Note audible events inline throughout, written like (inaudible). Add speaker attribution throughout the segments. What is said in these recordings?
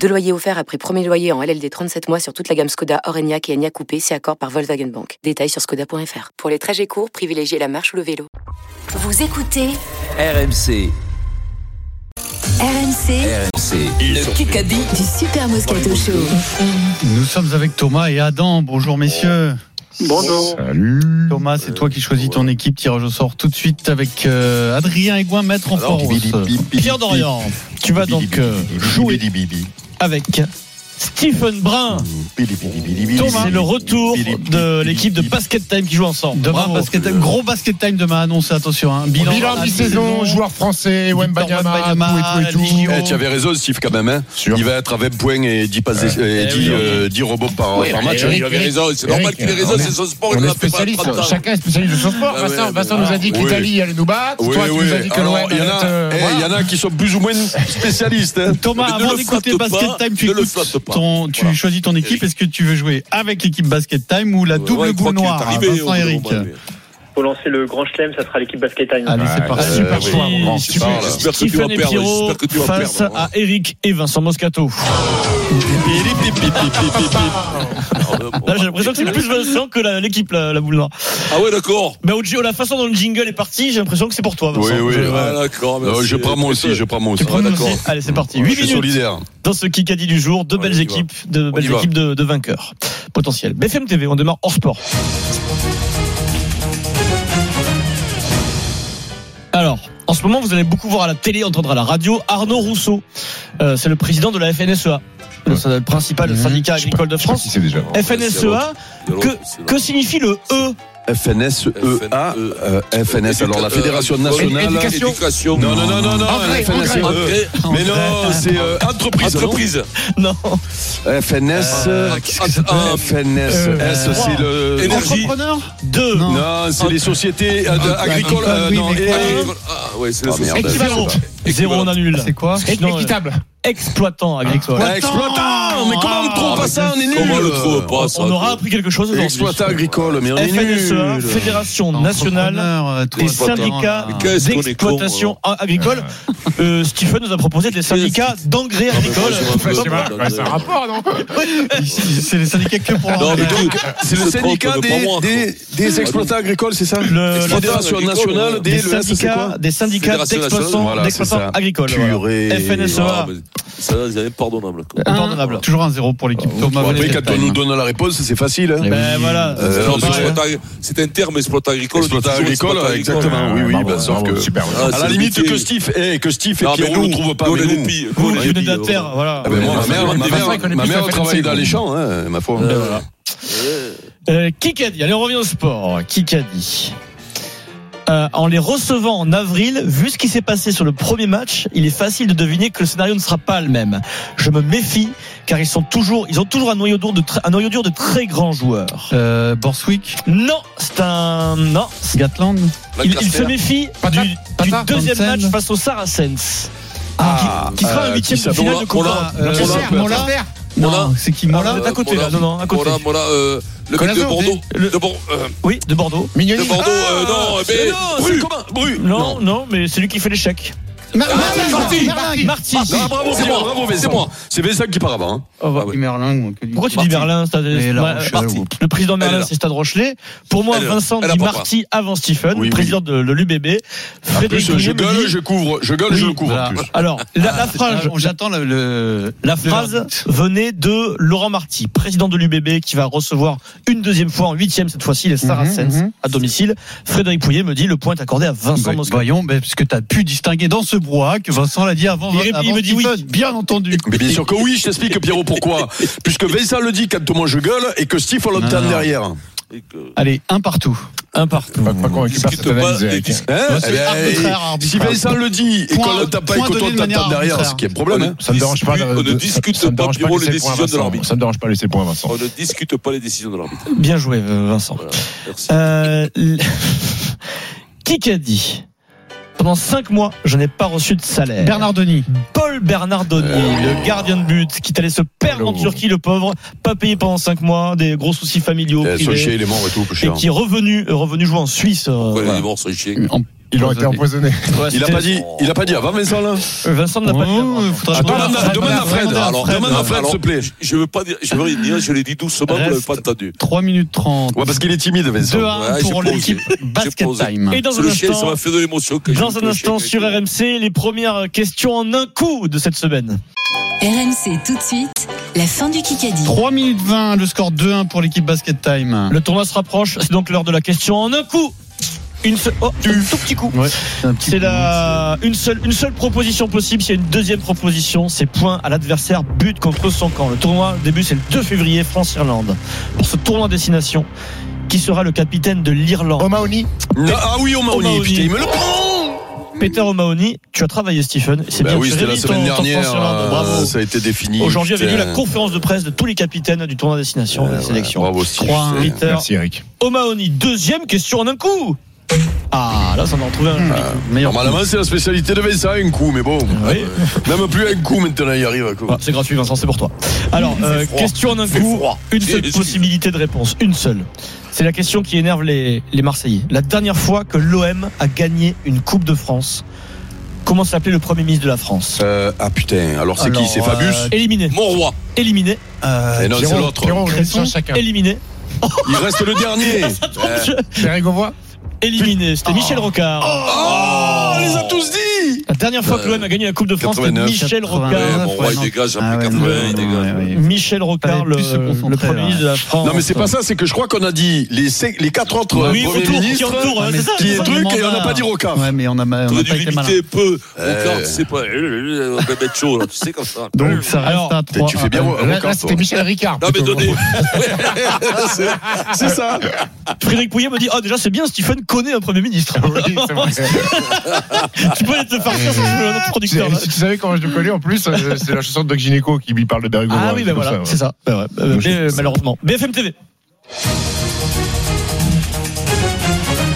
Speaker 1: Deux loyers offerts après premier loyer en LLD 37 mois sur toute la gamme Skoda, Orenia et Enya Coupé, si accord par Volkswagen Bank. Détails sur skoda.fr. Pour les trajets courts, privilégiez la marche ou le vélo.
Speaker 2: Vous écoutez
Speaker 3: RMC,
Speaker 2: RMC
Speaker 3: RMC,
Speaker 2: le Kikadi du Super Moscato Show.
Speaker 4: Nous sommes avec Thomas et Adam. Bonjour messieurs.
Speaker 5: Bonjour.
Speaker 4: Thomas, c'est toi qui choisis ton équipe. Tirage au sort tout de suite avec euh, Adrien Aigouin, maître en
Speaker 6: Alors,
Speaker 4: force.
Speaker 6: bip, bip, bip, bip,
Speaker 4: Pierre
Speaker 6: bip,
Speaker 4: Dorian, tu vas donc euh, jouer avec Stephen Brun. Thomas,
Speaker 6: C'est
Speaker 4: c'est le retour de l'équipe de Basket Time qui joue ensemble. Demain,
Speaker 6: Bravo.
Speaker 4: basket time, gros Basket Time demain annoncé, attention. Hein. Bilan,
Speaker 7: Bilan
Speaker 4: à
Speaker 7: mi-saison, joueurs français,
Speaker 4: Victor
Speaker 7: Wembanyama,
Speaker 4: Wembanyama,
Speaker 7: tout et tout et tout.
Speaker 4: Lignon.
Speaker 6: Eh, tu avais raison, Steve, quand même. hein.
Speaker 7: Sûr.
Speaker 6: Il va être à 20 points et 10, passes,
Speaker 4: Eh
Speaker 6: et 10,
Speaker 4: oui.
Speaker 6: euh, 10 rebonds par, par match.
Speaker 7: Eric,
Speaker 6: il avait
Speaker 7: Eric,
Speaker 6: raison. C'est
Speaker 7: Eric,
Speaker 6: normal qu'il ait raison,
Speaker 7: on est-
Speaker 6: c'est son sport.
Speaker 7: On
Speaker 6: il
Speaker 7: est
Speaker 6: l'a fait pas à
Speaker 7: spécialiste,
Speaker 6: 30 ans.
Speaker 7: chacun est spécialiste de son sport.
Speaker 6: Ah
Speaker 7: Vincent,
Speaker 6: ouais,
Speaker 7: Vincent
Speaker 6: ouais.
Speaker 7: nous a dit que
Speaker 6: Oui.
Speaker 7: l'Italie allait nous battre.
Speaker 6: Oui,
Speaker 7: Toi, tu
Speaker 6: oui.
Speaker 7: nous as dit que l'OM
Speaker 6: Alors, Il
Speaker 7: allait
Speaker 6: y, en a-
Speaker 7: être. euh,
Speaker 6: eh, il y
Speaker 7: voilà.
Speaker 6: en a qui sont plus ou moins spécialistes. hein.
Speaker 4: Thomas,
Speaker 6: Ne
Speaker 4: avant
Speaker 6: le
Speaker 4: d'écouter
Speaker 6: flatte
Speaker 4: Basket
Speaker 6: pas,
Speaker 4: Time, tu,
Speaker 6: ne le
Speaker 4: écoutes
Speaker 6: flatte pas.
Speaker 4: ton- tu
Speaker 6: Voilà.
Speaker 4: choisis ton équipe.
Speaker 6: Eric.
Speaker 4: Est-ce que tu veux jouer avec l'équipe Basket Time ou la double
Speaker 6: Ouais, je crois
Speaker 4: boule
Speaker 6: qu'il est
Speaker 4: noire
Speaker 6: arrivé,
Speaker 4: Vincent
Speaker 6: au bout hein, d'un
Speaker 4: Eric.
Speaker 6: moment, mais-
Speaker 5: Pour lancer le grand chelem, ça sera l'équipe basket time.
Speaker 4: Allez, c'est
Speaker 7: Ouais,
Speaker 4: parti.
Speaker 7: euh,
Speaker 4: Super
Speaker 6: oui,
Speaker 4: choix, mon grand.
Speaker 6: tu Super, parles. là. J'espère que tu vas
Speaker 8: Stéphane et
Speaker 6: perdre,
Speaker 8: Pierrot
Speaker 6: j'espère que tu vas
Speaker 8: face
Speaker 6: perdre. hein.
Speaker 8: à Eric et Vincent Moscato.
Speaker 6: Pip, pip, pip, pip, pip, pip. Ah, bon.
Speaker 8: Là, j'ai l'impression que c'est plus Vincent que la- l'équipe, la, la boule noire.
Speaker 6: Ah ouais, d'accord.
Speaker 8: Mais au, la façon dont le jingle est parti, j'ai l'impression que c'est pour toi, Vincent.
Speaker 6: Oui, oui,
Speaker 8: Je-
Speaker 6: ah, d'accord.
Speaker 3: Euh,
Speaker 6: merci.
Speaker 3: je prends mon aussi, je prends mon
Speaker 8: Tu
Speaker 3: aussi.
Speaker 8: prends
Speaker 6: Ouais,
Speaker 8: nous
Speaker 6: d'accord.
Speaker 8: aussi Allez, c'est parti.
Speaker 6: Je
Speaker 8: 8
Speaker 6: suis
Speaker 8: minutes
Speaker 6: solidaire.
Speaker 8: dans ce Kikadi du jour. Deux
Speaker 6: Ouais,
Speaker 8: belles
Speaker 6: on y
Speaker 8: équipes, deux belles
Speaker 6: y va.
Speaker 8: équipes de, de vainqueurs potentiels. BFM TV, on démarre hors sport. Alors, en ce moment, vous allez beaucoup voir à la télé, entendre à la radio, Arnaud Rousseau. Euh, c'est le président de la FNSEA, E le, le principal
Speaker 4: Mmh.
Speaker 7: Mhm.
Speaker 8: syndicat
Speaker 7: Je sais
Speaker 8: agricole de
Speaker 7: Je sais pas
Speaker 8: France.
Speaker 7: si c'est déjà.
Speaker 6: E
Speaker 8: FNSEA, E que signifie le E (laughs)
Speaker 3: FNSEA, euh, FNS, alors la Fédération Nationale.
Speaker 6: Éducation. Non, non, non, non, non.
Speaker 7: Engrais,
Speaker 6: FNS,
Speaker 7: engrais.
Speaker 6: euh, Mais non, c'est euh, entreprise. non
Speaker 3: Entreprise.
Speaker 8: Non.
Speaker 3: FNS.
Speaker 6: Euh, euh,
Speaker 3: FNS.
Speaker 4: euh,
Speaker 3: S, c'est le.
Speaker 6: Énergie.
Speaker 4: Entrepreneur
Speaker 8: Deux.
Speaker 3: Non, c'est
Speaker 6: C'est les sociétés euh, de- agricoles. euh,
Speaker 4: oui,
Speaker 6: non,
Speaker 4: mais
Speaker 6: et-
Speaker 4: quoi
Speaker 6: agricoles. Ah, ouais, c'est les
Speaker 3: Ah, merde.
Speaker 6: sociétés.
Speaker 8: Zéro. Zéro, on annule.
Speaker 4: Ah, C'est quoi
Speaker 7: Et-
Speaker 8: Sinon, euh,
Speaker 7: Équitable.
Speaker 8: Exploitant agricole.
Speaker 6: Ah, Exploitant. Mais comment on ne trouve pas ça Ah, On est nuls.
Speaker 3: Comment on le trouve
Speaker 6: pas
Speaker 8: On- on aura appris quelque chose aujourd'hui.
Speaker 3: Exploitant agricole, mais on est
Speaker 8: FNSEA,
Speaker 3: nul.
Speaker 8: E Fédération Nationale
Speaker 7: euh,
Speaker 8: des
Speaker 3: hein.
Speaker 8: syndicats
Speaker 6: qu'est-ce qu'on est
Speaker 8: d'exploitation a- agricole. Euh, Stephen nous a proposé les syndicats d'engrais agricoles.
Speaker 7: Bah, c'est pas- bah, c'est un rapport, non
Speaker 4: C'est les syndicats que pour
Speaker 6: Non,
Speaker 4: l'engrais.
Speaker 6: mais donc,
Speaker 3: C'est le
Speaker 6: se trompe
Speaker 3: syndicat
Speaker 6: de pas
Speaker 3: des,
Speaker 6: moi,
Speaker 3: des, des exploitants agricoles, c'est ça
Speaker 8: Le- la-
Speaker 3: Fédération
Speaker 6: agricole,
Speaker 3: nationale
Speaker 6: ouais.
Speaker 3: des,
Speaker 8: des
Speaker 3: le S, c'est
Speaker 8: syndicats,
Speaker 3: quoi
Speaker 8: des Oh syndicats
Speaker 6: Fédération
Speaker 8: d'exploitants
Speaker 3: nationale, voilà, c'est
Speaker 8: d'exploitants
Speaker 3: ça.
Speaker 8: agricoles.
Speaker 3: Purée.
Speaker 8: voilà. FNSEA,
Speaker 6: Ah, mais Ça, c'est impardonnable. quoi.
Speaker 4: Un,
Speaker 8: impardonnable.
Speaker 4: Toujours un zéro pour
Speaker 6: Ah,
Speaker 4: l'équipe Thomas.
Speaker 3: Bon, après,
Speaker 4: Basket
Speaker 3: quand on
Speaker 4: Time.
Speaker 3: nous donne la réponse, c'est facile. Hein.
Speaker 8: Ben voilà.
Speaker 3: Euh,
Speaker 8: C'est
Speaker 6: Non,
Speaker 3: on
Speaker 6: c'est
Speaker 8: normal.
Speaker 3: peut-
Speaker 6: exploitant agri- C'est un terme exploitant agricole.
Speaker 3: Exploitant
Speaker 6: on dit toujours
Speaker 3: agricole,
Speaker 6: exploitant agricole.
Speaker 3: exactement. Oui, oui,
Speaker 7: Bravo,
Speaker 3: bah, sauf
Speaker 7: bravo,
Speaker 3: que.
Speaker 7: Super.
Speaker 6: Ah,
Speaker 3: À
Speaker 6: c'est
Speaker 3: la
Speaker 6: le
Speaker 3: limite
Speaker 6: métier.
Speaker 3: que Steve, eh, que Steve et
Speaker 6: Non, mais
Speaker 3: Pierrot ne trouvent pas.
Speaker 6: nous, on
Speaker 3: mais
Speaker 6: est
Speaker 3: nous.
Speaker 6: des pires.
Speaker 8: Vous,
Speaker 6: Nous, on
Speaker 8: vous
Speaker 6: est des
Speaker 8: venez de la
Speaker 6: pires.
Speaker 8: terre, voilà.
Speaker 3: Ah ben, moi,
Speaker 7: Ouais,
Speaker 3: ma
Speaker 7: c'est
Speaker 3: mère,
Speaker 7: vrai,
Speaker 3: ma
Speaker 7: c'est vrai qu'on est
Speaker 3: mère, ma
Speaker 7: plus
Speaker 3: mère
Speaker 7: affaire
Speaker 3: travaille
Speaker 7: de
Speaker 3: dans
Speaker 7: ça.
Speaker 3: les champs, hein, ma foi.
Speaker 6: Euh, voilà.
Speaker 8: Euh, Kikadi, allez, on revient au sport. Kikadi. Euh, en les recevant en avril, vu ce qui s'est passé sur le premier match, il est facile de deviner que le scénario ne sera pas le même. Je me méfie car ils sont toujours, ils ont toujours un noyau dur de, tr- un noyau dur de très grands joueurs.
Speaker 4: Euh, Borswick,
Speaker 8: Non, c'est un non.
Speaker 4: Gatland.
Speaker 6: La
Speaker 8: Il, il
Speaker 6: classe
Speaker 8: se méfie
Speaker 7: Patate,
Speaker 8: du, du
Speaker 4: patate,
Speaker 8: deuxième
Speaker 4: Hansen.
Speaker 8: match face aux Saracens,
Speaker 3: Ah,
Speaker 8: qui, qui sera
Speaker 3: euh,
Speaker 8: un huitième
Speaker 3: qui ça,
Speaker 8: de finale
Speaker 6: Mola-
Speaker 8: de Copa.
Speaker 6: Mola-
Speaker 8: Euh,
Speaker 7: Kessler,
Speaker 8: Mola-
Speaker 7: Mola-
Speaker 8: Mola-
Speaker 6: Ah,
Speaker 8: Ah,
Speaker 4: Non, c'est qui
Speaker 8: Mola,
Speaker 4: Mola
Speaker 8: à côté,
Speaker 6: Mola-
Speaker 8: là, non, non, à côté.
Speaker 6: Voilà, voilà, euh, le mec de
Speaker 7: Colazo,
Speaker 6: Bordeaux.
Speaker 8: le-
Speaker 6: De Bor- euh,
Speaker 8: Oui, de Bordeaux.
Speaker 6: de
Speaker 7: Mignoni.
Speaker 6: Bordeaux, euh, non, mais.
Speaker 3: Ah,
Speaker 6: Bru. Bru.
Speaker 8: Non, non, mais c'est lui qui fait l'échec.
Speaker 7: Mar-
Speaker 6: Ah, c'est parti.
Speaker 8: Marty.
Speaker 6: Non, bravo,
Speaker 3: C'est
Speaker 6: c'est
Speaker 3: moi,
Speaker 6: moi,
Speaker 3: bravo, Vincent.
Speaker 6: c'est moi.
Speaker 3: C'est Vincent qui part avant. hein.
Speaker 7: Oh, bah,
Speaker 6: Ah,
Speaker 4: Merlin.
Speaker 8: Pourquoi tu dis Merlin c'est-
Speaker 4: Mais La
Speaker 8: Ouais,
Speaker 4: Rochelle,
Speaker 8: Marty.
Speaker 4: ou-
Speaker 8: Le président
Speaker 6: Elle est
Speaker 8: Merlin,
Speaker 6: là.
Speaker 8: c'est Stade Rochelet. Pour moi,
Speaker 6: Elle est là.
Speaker 8: Vincent
Speaker 6: Elle
Speaker 8: dit
Speaker 6: apprend pas.
Speaker 8: Marty avant Stephen,
Speaker 3: Oui,
Speaker 8: président de de l'UBB.
Speaker 3: En plus,
Speaker 8: Frédéric
Speaker 3: je
Speaker 8: Pouillet me
Speaker 3: gueule,
Speaker 8: dit-
Speaker 3: je couvre. Je gueule, je
Speaker 8: Oui,
Speaker 3: le couvre en
Speaker 4: voilà.
Speaker 3: plus.
Speaker 8: Alors, la,
Speaker 4: Ah,
Speaker 8: la phrase,
Speaker 4: J'attends le- le.
Speaker 8: la phrase venait de Laurent Marty, président de l'UBB, qui va recevoir une deuxième fois en huitième cette fois-ci les Saracens
Speaker 4: mhm.
Speaker 8: à domicile. Frédéric Pouillet me dit le point est accordé à Vincent
Speaker 4: Bah,
Speaker 8: Moscato.
Speaker 4: Voyons, bah, parce que tu as pu distinguer dans ce brouhaha que Vincent l'a dit avant.
Speaker 8: Il répond,
Speaker 4: avant
Speaker 8: il me dit oui.
Speaker 4: Stephen, Bien entendu.
Speaker 3: Mais bien sûr que oui, je t'explique, Pierrot, pourquoi. Puisque Vincent le dit quand moi je gueule et que Steve on l'entend
Speaker 4: Non, non.
Speaker 3: derrière. Hein
Speaker 4: Allez, un partout.
Speaker 8: Un partout.
Speaker 7: Pas pas convaincu par cette
Speaker 6: Discute pas
Speaker 7: analyse,
Speaker 6: et
Speaker 7: Eric.
Speaker 6: discute.
Speaker 3: Hein
Speaker 4: c'est
Speaker 3: Eh ben,
Speaker 4: arbitraire,
Speaker 3: si
Speaker 4: arbitraire.
Speaker 3: Vincent le dit et
Speaker 4: Point-
Speaker 3: qu'on l'entend pas et
Speaker 4: point
Speaker 3: que
Speaker 4: donné
Speaker 3: toi
Speaker 4: de manière
Speaker 3: t'entends derrière,
Speaker 4: arbitraire.
Speaker 3: ce qui est un problème. hein.
Speaker 7: Ça me dérange pas.
Speaker 6: On ne discute
Speaker 7: ça me
Speaker 6: pas,
Speaker 7: dérange
Speaker 6: Pierrot,
Speaker 7: laisser
Speaker 6: les
Speaker 7: points à
Speaker 6: décisions de
Speaker 7: Vincent.
Speaker 6: l'arbitre.
Speaker 7: Ça me dérange pas laisser points, Vincent.
Speaker 6: On ne discute pas les décisions de l'arbitre.
Speaker 8: Ah. (laughs) Bien joué, euh, Vincent.
Speaker 6: Merci.
Speaker 8: Euh, l- Kikadi. Pendant 5 mois, je n'ai pas reçu de salaire.
Speaker 4: Bernard Denis.
Speaker 8: Paul Bernardoni,
Speaker 3: Euh.
Speaker 8: le gardien de but, qui allait se perdre en
Speaker 7: Hello.
Speaker 8: Turquie, le pauvre, pas payé pendant 5 mois, des gros soucis familiaux,
Speaker 3: Eh,
Speaker 8: privés,
Speaker 3: Solskjaer, il est mort et tout, peu
Speaker 8: et
Speaker 3: cher.
Speaker 8: qui est revenu, euh, revenu jouer en Suisse. euh,
Speaker 3: Ouais, il
Speaker 8: voilà.
Speaker 3: est mort, Solskjaer.
Speaker 7: Il aurait été empoisonné.
Speaker 8: Ouais,
Speaker 3: Il a
Speaker 8: c'était-
Speaker 3: pas dit, il a pas dit avant Vincent là.
Speaker 8: Euh, Vincent n'a pas dit. avant.
Speaker 4: faudra
Speaker 8: Attends,
Speaker 4: demander
Speaker 3: Demande à- demande à Fred. hein. Alors, demande à Fred,
Speaker 6: Alors,
Speaker 3: s'il te plaît.
Speaker 6: Je veux pas dire, je veux rien dire, je l'ai dit doucement, vous l'avez
Speaker 8: Reste.
Speaker 6: pas entendu.
Speaker 4: 3 minutes 30.
Speaker 3: Ouais, bah, parce qu'il est timide, Vincent.
Speaker 4: 2 à 1
Speaker 6: Ouais,
Speaker 4: pour
Speaker 6: j'ai
Speaker 4: l'équipe Basket
Speaker 6: posé.
Speaker 4: Time.
Speaker 8: Et dans
Speaker 6: C'est
Speaker 8: un
Speaker 6: le chien, ça
Speaker 8: instant,
Speaker 6: m'a fait de l'émotion. que j'ai eu
Speaker 8: dans
Speaker 6: pour
Speaker 8: un
Speaker 6: le
Speaker 8: instant
Speaker 6: chien.
Speaker 8: sur RMC, les premières questions en un coup de cette semaine.
Speaker 2: RMC tout de suite, la fin du Kikadi.
Speaker 4: 3 minutes 20, le score 2-1 pour l'équipe Basket Time.
Speaker 8: Le tournoi se rapproche, c'est donc l'heure de la question en un coup. Une seule, oh, un tout petit coup.
Speaker 4: Un petit
Speaker 8: C'est
Speaker 4: coup,
Speaker 8: la une seule une seule proposition possible. S'il y a une deuxième proposition, c'est point à l'adversaire, but contre son camp. Le tournoi début c'est le 2 février, France-Irlande. Pour ce tournoi destination, qui sera le capitaine de l'Irlande
Speaker 7: Omaoni.
Speaker 3: Non, Ah oui, Omaoni,
Speaker 8: O'Mahony.
Speaker 3: putain, il me le prend
Speaker 8: Peter O'Mahony, tu as travaillé Stephen. C'est
Speaker 3: Oh. Bah
Speaker 8: bien
Speaker 3: oui,
Speaker 8: tu
Speaker 3: c'était la
Speaker 8: révises
Speaker 3: semaine
Speaker 8: ton- ton
Speaker 3: dernière.
Speaker 8: France-Irlande.
Speaker 3: euh,
Speaker 8: Bravo.
Speaker 3: Ça a été défini.
Speaker 8: Aujourd'hui avait lieu
Speaker 3: putain.
Speaker 8: la conférence de presse de tous les capitaines du tournoi destination et
Speaker 3: Ouais,
Speaker 8: des
Speaker 3: ouais,
Speaker 8: sélections.
Speaker 3: Bravo, Steve.
Speaker 4: Trois,
Speaker 3: c'est-
Speaker 4: un,
Speaker 8: Peter
Speaker 7: Merci Eric.
Speaker 8: O'Mahony, deuxième question en un coup. Ah là, ça en a retrouvé un. joli coup.
Speaker 4: euh, meilleur coup.
Speaker 3: Normalement, c'est la spécialité de Vincent, un coup, mais bon.
Speaker 8: Oui.
Speaker 3: Même plus un coup maintenant, il arrive.
Speaker 8: Ah,
Speaker 3: Quoi.
Speaker 8: c'est gratuit, Vincent, c'est pour toi. Alors, euh,
Speaker 3: Hmm. froid.
Speaker 8: question en un
Speaker 3: Fait
Speaker 8: coup,
Speaker 3: froid.
Speaker 8: une seule
Speaker 6: Yes.
Speaker 8: possibilité de réponse, une seule. C'est la question qui énerve les, les Marseillais. La dernière fois que l'OM a gagné une Coupe de France, comment s'appelait le Premier ministre de la France
Speaker 3: Euh, ah putain, alors c'est qui
Speaker 4: Alors,
Speaker 3: C'est
Speaker 4: euh,
Speaker 3: Fabius
Speaker 8: Éliminé,
Speaker 6: Mon roi.
Speaker 8: éliminé,
Speaker 3: Eh non, c'est
Speaker 7: Euh, Pierrot,
Speaker 3: l'autre.
Speaker 7: Pierrot, on est
Speaker 4: Créton.
Speaker 7: sur chacun.
Speaker 8: éliminé,
Speaker 3: Il reste le
Speaker 8: (laughs)
Speaker 3: dernier. Euh,
Speaker 7: Pierre Govois.
Speaker 8: éliminé. C'était Michel Rocard.
Speaker 3: Oh, on les a tous dit
Speaker 8: La dernière fois que l'OM a gagné la Coupe de France, c'était
Speaker 3: 89.
Speaker 8: Michel
Speaker 6: Ouais,
Speaker 8: Rocard.
Speaker 6: Eh, mon roi, il
Speaker 4: non.
Speaker 6: dégage,
Speaker 4: Ah
Speaker 6: après
Speaker 4: ouais,
Speaker 6: 80, il
Speaker 4: non,
Speaker 6: dégage.
Speaker 4: ouais, ouais.
Speaker 8: Michel Rocard,
Speaker 4: Fallait
Speaker 8: le,
Speaker 4: plus se concentrer,
Speaker 8: le Premier
Speaker 4: ouais.
Speaker 8: ministre de la France.
Speaker 3: Non, mais c'est pas ça, c'est que je crois qu'on a dit les, cinq- les quatre autres euh,
Speaker 8: Ah, Oui,
Speaker 3: premiers
Speaker 8: autour, qui
Speaker 3: ministres.
Speaker 8: entourent, hein, c'est ça.
Speaker 3: qui
Speaker 8: c'est
Speaker 3: est
Speaker 8: ça.
Speaker 3: truc et on n'a pas dit Rocard.
Speaker 4: euh, Ouais, mais on a, on a
Speaker 6: T'aurais dû
Speaker 4: pas été malin.
Speaker 6: limiter un peu.
Speaker 7: Eh.
Speaker 3: Euh.
Speaker 6: Rocard, c'est pas. euh, On va mettre chaud, là, tu sais, comme ça.
Speaker 4: Donc ça reste euh,
Speaker 8: Alors,
Speaker 4: à 3
Speaker 3: tu fais bien, Rocard,
Speaker 7: Là, là,
Speaker 3: toi.
Speaker 7: c'était Michel Ricard.
Speaker 6: Non, mais
Speaker 7: plutôt.
Speaker 6: donnez.
Speaker 3: C'est-
Speaker 8: (laughs)
Speaker 3: c'est ça.
Speaker 8: Frédéric Pouillet me dit Ah, déjà, c'est bien, Stephen connaît un Premier ministre.
Speaker 4: (laughs)
Speaker 3: Ah
Speaker 7: Oui, c'est vrai.
Speaker 8: (laughs) tu peux aller te faire faire ça, notre
Speaker 7: Si
Speaker 8: producteur. là.
Speaker 7: si tu savais comment je le connais, en plus, euh, c'est la chanson de Doc Gynéco qui lui parle de Berry
Speaker 8: Ah oui, ben voilà, c'est ça. Ben ouais, euh,
Speaker 7: Donc,
Speaker 8: mais,
Speaker 7: je-
Speaker 8: euh, malheureusement. BFM TV.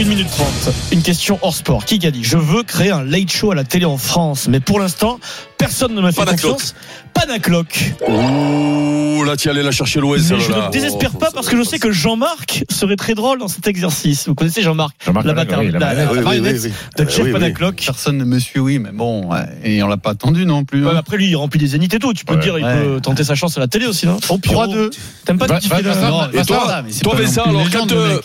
Speaker 8: 1 minute 30. Une question hors sport. Qui a dit Je veux créer un late show à la télé en France, mais pour l'instant, personne ne m'a fait
Speaker 6: Panacloc.
Speaker 8: confiance. Panacloc.
Speaker 3: Ouh, là, tu allais la chercher l'Ouest.
Speaker 8: Mais
Speaker 3: celle-là.
Speaker 8: je ne me désespère
Speaker 6: Oh,
Speaker 8: pas
Speaker 6: ça
Speaker 8: parce
Speaker 6: va
Speaker 8: que je
Speaker 6: pas
Speaker 8: sais
Speaker 6: se
Speaker 8: que Jean-Marc serait très drôle dans cet exercice. Vous connaissez Jean-Marc
Speaker 7: Jean-Marc
Speaker 8: La
Speaker 7: Panacloc,
Speaker 8: bataille.
Speaker 7: oui, la
Speaker 8: La
Speaker 7: bagarre.
Speaker 8: la
Speaker 3: Eh Oui, oui,
Speaker 8: marionnette
Speaker 3: oui,
Speaker 8: de Jeff
Speaker 3: Euh, oui, oui.
Speaker 8: Panacloc.
Speaker 4: Personne ne me suit, oui, mais bon, ouais. et on l'a pas attendu non plus.
Speaker 8: Ouais,
Speaker 4: hein.
Speaker 8: Après lui, il remplit des zéniths et tout. Tu peux
Speaker 7: Ouais.
Speaker 8: te dire, il
Speaker 4: Ouais.
Speaker 8: peut tenter sa chance à la télé aussi, non Oh, Pierrot.
Speaker 4: 3-2.
Speaker 8: T'aimes pas
Speaker 7: Va-
Speaker 8: te kiffer
Speaker 7: va-
Speaker 8: la-
Speaker 7: va-
Speaker 8: Non,
Speaker 7: va-
Speaker 3: Et toi,
Speaker 4: mais c'est
Speaker 3: toi
Speaker 4: pas non
Speaker 3: Vincent,
Speaker 4: plus une
Speaker 3: alors, quand
Speaker 4: légende,
Speaker 3: euh,
Speaker 4: le mec,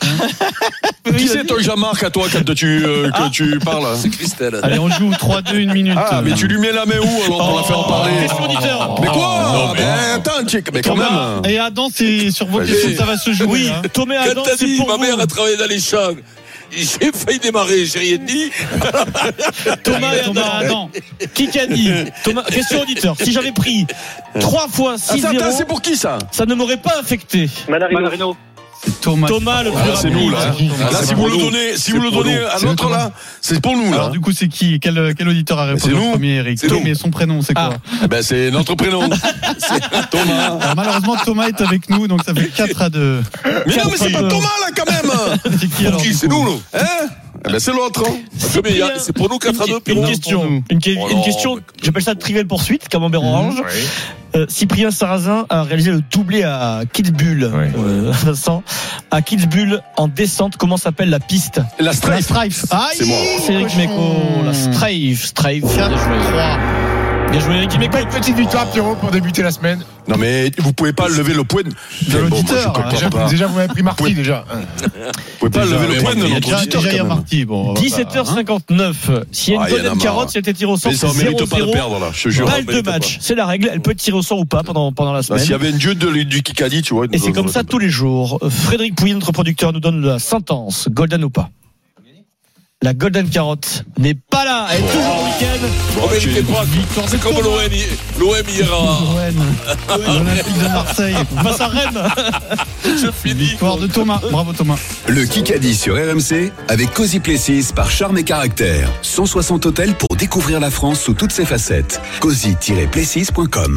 Speaker 4: hein.
Speaker 3: qui c'est ton Jean-Marc à toi quand tu, euh, que tu parles
Speaker 6: C'est Christelle.
Speaker 4: Allez, on joue 3-2, une minute.
Speaker 3: Ah, mais tu lui mets la main où alors pour la faire
Speaker 4: Oh,
Speaker 3: parler Ah.
Speaker 8: Question auditeur.
Speaker 3: Mais
Speaker 4: Ah,
Speaker 3: quoi mais
Speaker 4: Hein
Speaker 3: attends, check, mais quand même hein.
Speaker 4: Et Adam, c'est sur vos
Speaker 3: Vas-y.
Speaker 4: questions, ça va se jouer.
Speaker 8: Oui,
Speaker 4: hein.
Speaker 8: Tomé
Speaker 6: Quand
Speaker 8: Adam,
Speaker 6: t'as
Speaker 8: Ah, c'est
Speaker 6: dit,
Speaker 8: pour
Speaker 6: ma
Speaker 8: vous.
Speaker 6: mère a travaillé dans les champs. J'ai failli démarrer, j'ai rien dit.
Speaker 8: Thomas et
Speaker 4: Thomas
Speaker 8: Adam.
Speaker 4: Adam.
Speaker 8: Qui qu'a dit Thomas, question auditeur. Si j'avais pris 3 fois
Speaker 3: Attends, attends, Ah, c'est
Speaker 8: 6-0,
Speaker 3: pour qui ça
Speaker 8: ça ne m'aurait pas affecté.
Speaker 5: Manarino.
Speaker 4: Thomas.
Speaker 8: Thomas, le plus
Speaker 3: Ah, Là, c'est
Speaker 8: rapide.
Speaker 3: nous là.
Speaker 4: Ah,
Speaker 3: Là, si
Speaker 7: c'est
Speaker 3: vous
Speaker 7: pour
Speaker 3: le
Speaker 7: nous.
Speaker 3: donnez, si
Speaker 7: C'est
Speaker 3: vous le
Speaker 7: pour
Speaker 3: donnez
Speaker 7: nous.
Speaker 3: à
Speaker 7: C'est
Speaker 3: l'autre
Speaker 7: pour
Speaker 3: là, c'est pour nous
Speaker 4: Alors
Speaker 3: là.
Speaker 4: du coup, c'est qui quel, euh, quel auditeur a
Speaker 3: c'est
Speaker 4: répondu en
Speaker 3: nous.
Speaker 4: premier, Eric
Speaker 3: C'est nous.
Speaker 4: Mais son prénom, c'est quoi
Speaker 3: Ben c'est notre prénom. C'est Thomas.
Speaker 4: Alors, Malheureusement, Thomas est avec nous, donc ça
Speaker 3: (laughs)
Speaker 4: fait 4 à 2.
Speaker 3: Mais non, mais c'est pas
Speaker 8: Thomas.
Speaker 3: Thomas là quand même.
Speaker 4: C'est qui alors
Speaker 3: Qui c'est nous là Hein Eh ben c'est l'autre. hein.
Speaker 6: Mais il y a- C'est pour nous 4 à 2,
Speaker 8: Une
Speaker 6: Pierrot.
Speaker 4: pour
Speaker 8: question,
Speaker 4: nous.
Speaker 8: une, que-
Speaker 6: Oh
Speaker 8: une
Speaker 6: non,
Speaker 8: question,
Speaker 6: mais-
Speaker 3: bah,
Speaker 8: j'appelle ça trivial poursuite, camembert orange.
Speaker 3: Mmh,
Speaker 8: Euh, Cyprien Sarrazin a réalisé le doublé à Kitzbühel,
Speaker 7: Ouais.
Speaker 8: euh, Vincent. À Kitzbühel, en descente, comment s'appelle la piste
Speaker 3: La
Speaker 4: La
Speaker 3: stress.
Speaker 4: Strife. Aïe
Speaker 3: C'est moi.
Speaker 8: C'est Eric
Speaker 4: cochon.
Speaker 8: Meko, la Strife, Strife. Bien
Speaker 4: 4
Speaker 8: joué.
Speaker 4: 3.
Speaker 8: Bien joué, Eric
Speaker 3: Oh
Speaker 8: Meko.
Speaker 7: Petite victoire, Pierrot, pour débuter la semaine.
Speaker 3: Non mais vous pouvez pas lever le poing.
Speaker 4: De l'auditeur.
Speaker 3: Bon, moi, je
Speaker 7: Déjà,
Speaker 3: comprends pas.
Speaker 7: hein. déjà, vous m'avez pris Marty,
Speaker 3: Ouais.
Speaker 7: déjà.
Speaker 3: Vous pouvez pas lever le poing de
Speaker 4: Il y a
Speaker 3: notre
Speaker 4: déjà,
Speaker 3: auditeur
Speaker 4: déjà hier
Speaker 3: quand même.
Speaker 4: Marty. Bon, on va pas- hein.
Speaker 8: 17h59. S'il y a une
Speaker 3: Ah, il y en a
Speaker 8: bonne
Speaker 3: marre.
Speaker 8: carotte, c'était tiré au sort.
Speaker 3: Mais ça on mérite pas de
Speaker 8: 0-0.
Speaker 3: perdre là, je te jure.
Speaker 8: Balle
Speaker 3: on
Speaker 8: de
Speaker 3: mérite pas.
Speaker 8: match, c'est la règle. Elle peut tirer au sort ou pas pendant, pendant la
Speaker 3: Là,
Speaker 8: semaine.
Speaker 3: Bah, S'il y avait un dieu de, l- du Kikadi, tu vois.
Speaker 8: Et c'est comme ça tous les jours. Euh, Frédéric Pouillet, notre producteur, nous donne la sentence, golden ou pas. La golden carotte n'est pas là. Elle est toujours au week-end.
Speaker 6: Oh, mais il fait pas. C'est comme hein. l'OM l'OM hier à. (laughs)
Speaker 4: Rennes, l'Olympique de Marseille.
Speaker 8: Face à Rennes.
Speaker 6: Je finis.
Speaker 4: Victoire de Thomas. Bravo Thomas.
Speaker 9: Le Kikadi sur RMC avec Cozy Places par Charme et Caractère. 160 hôtels pour découvrir la France sous toutes ses facettes. cozy-places.com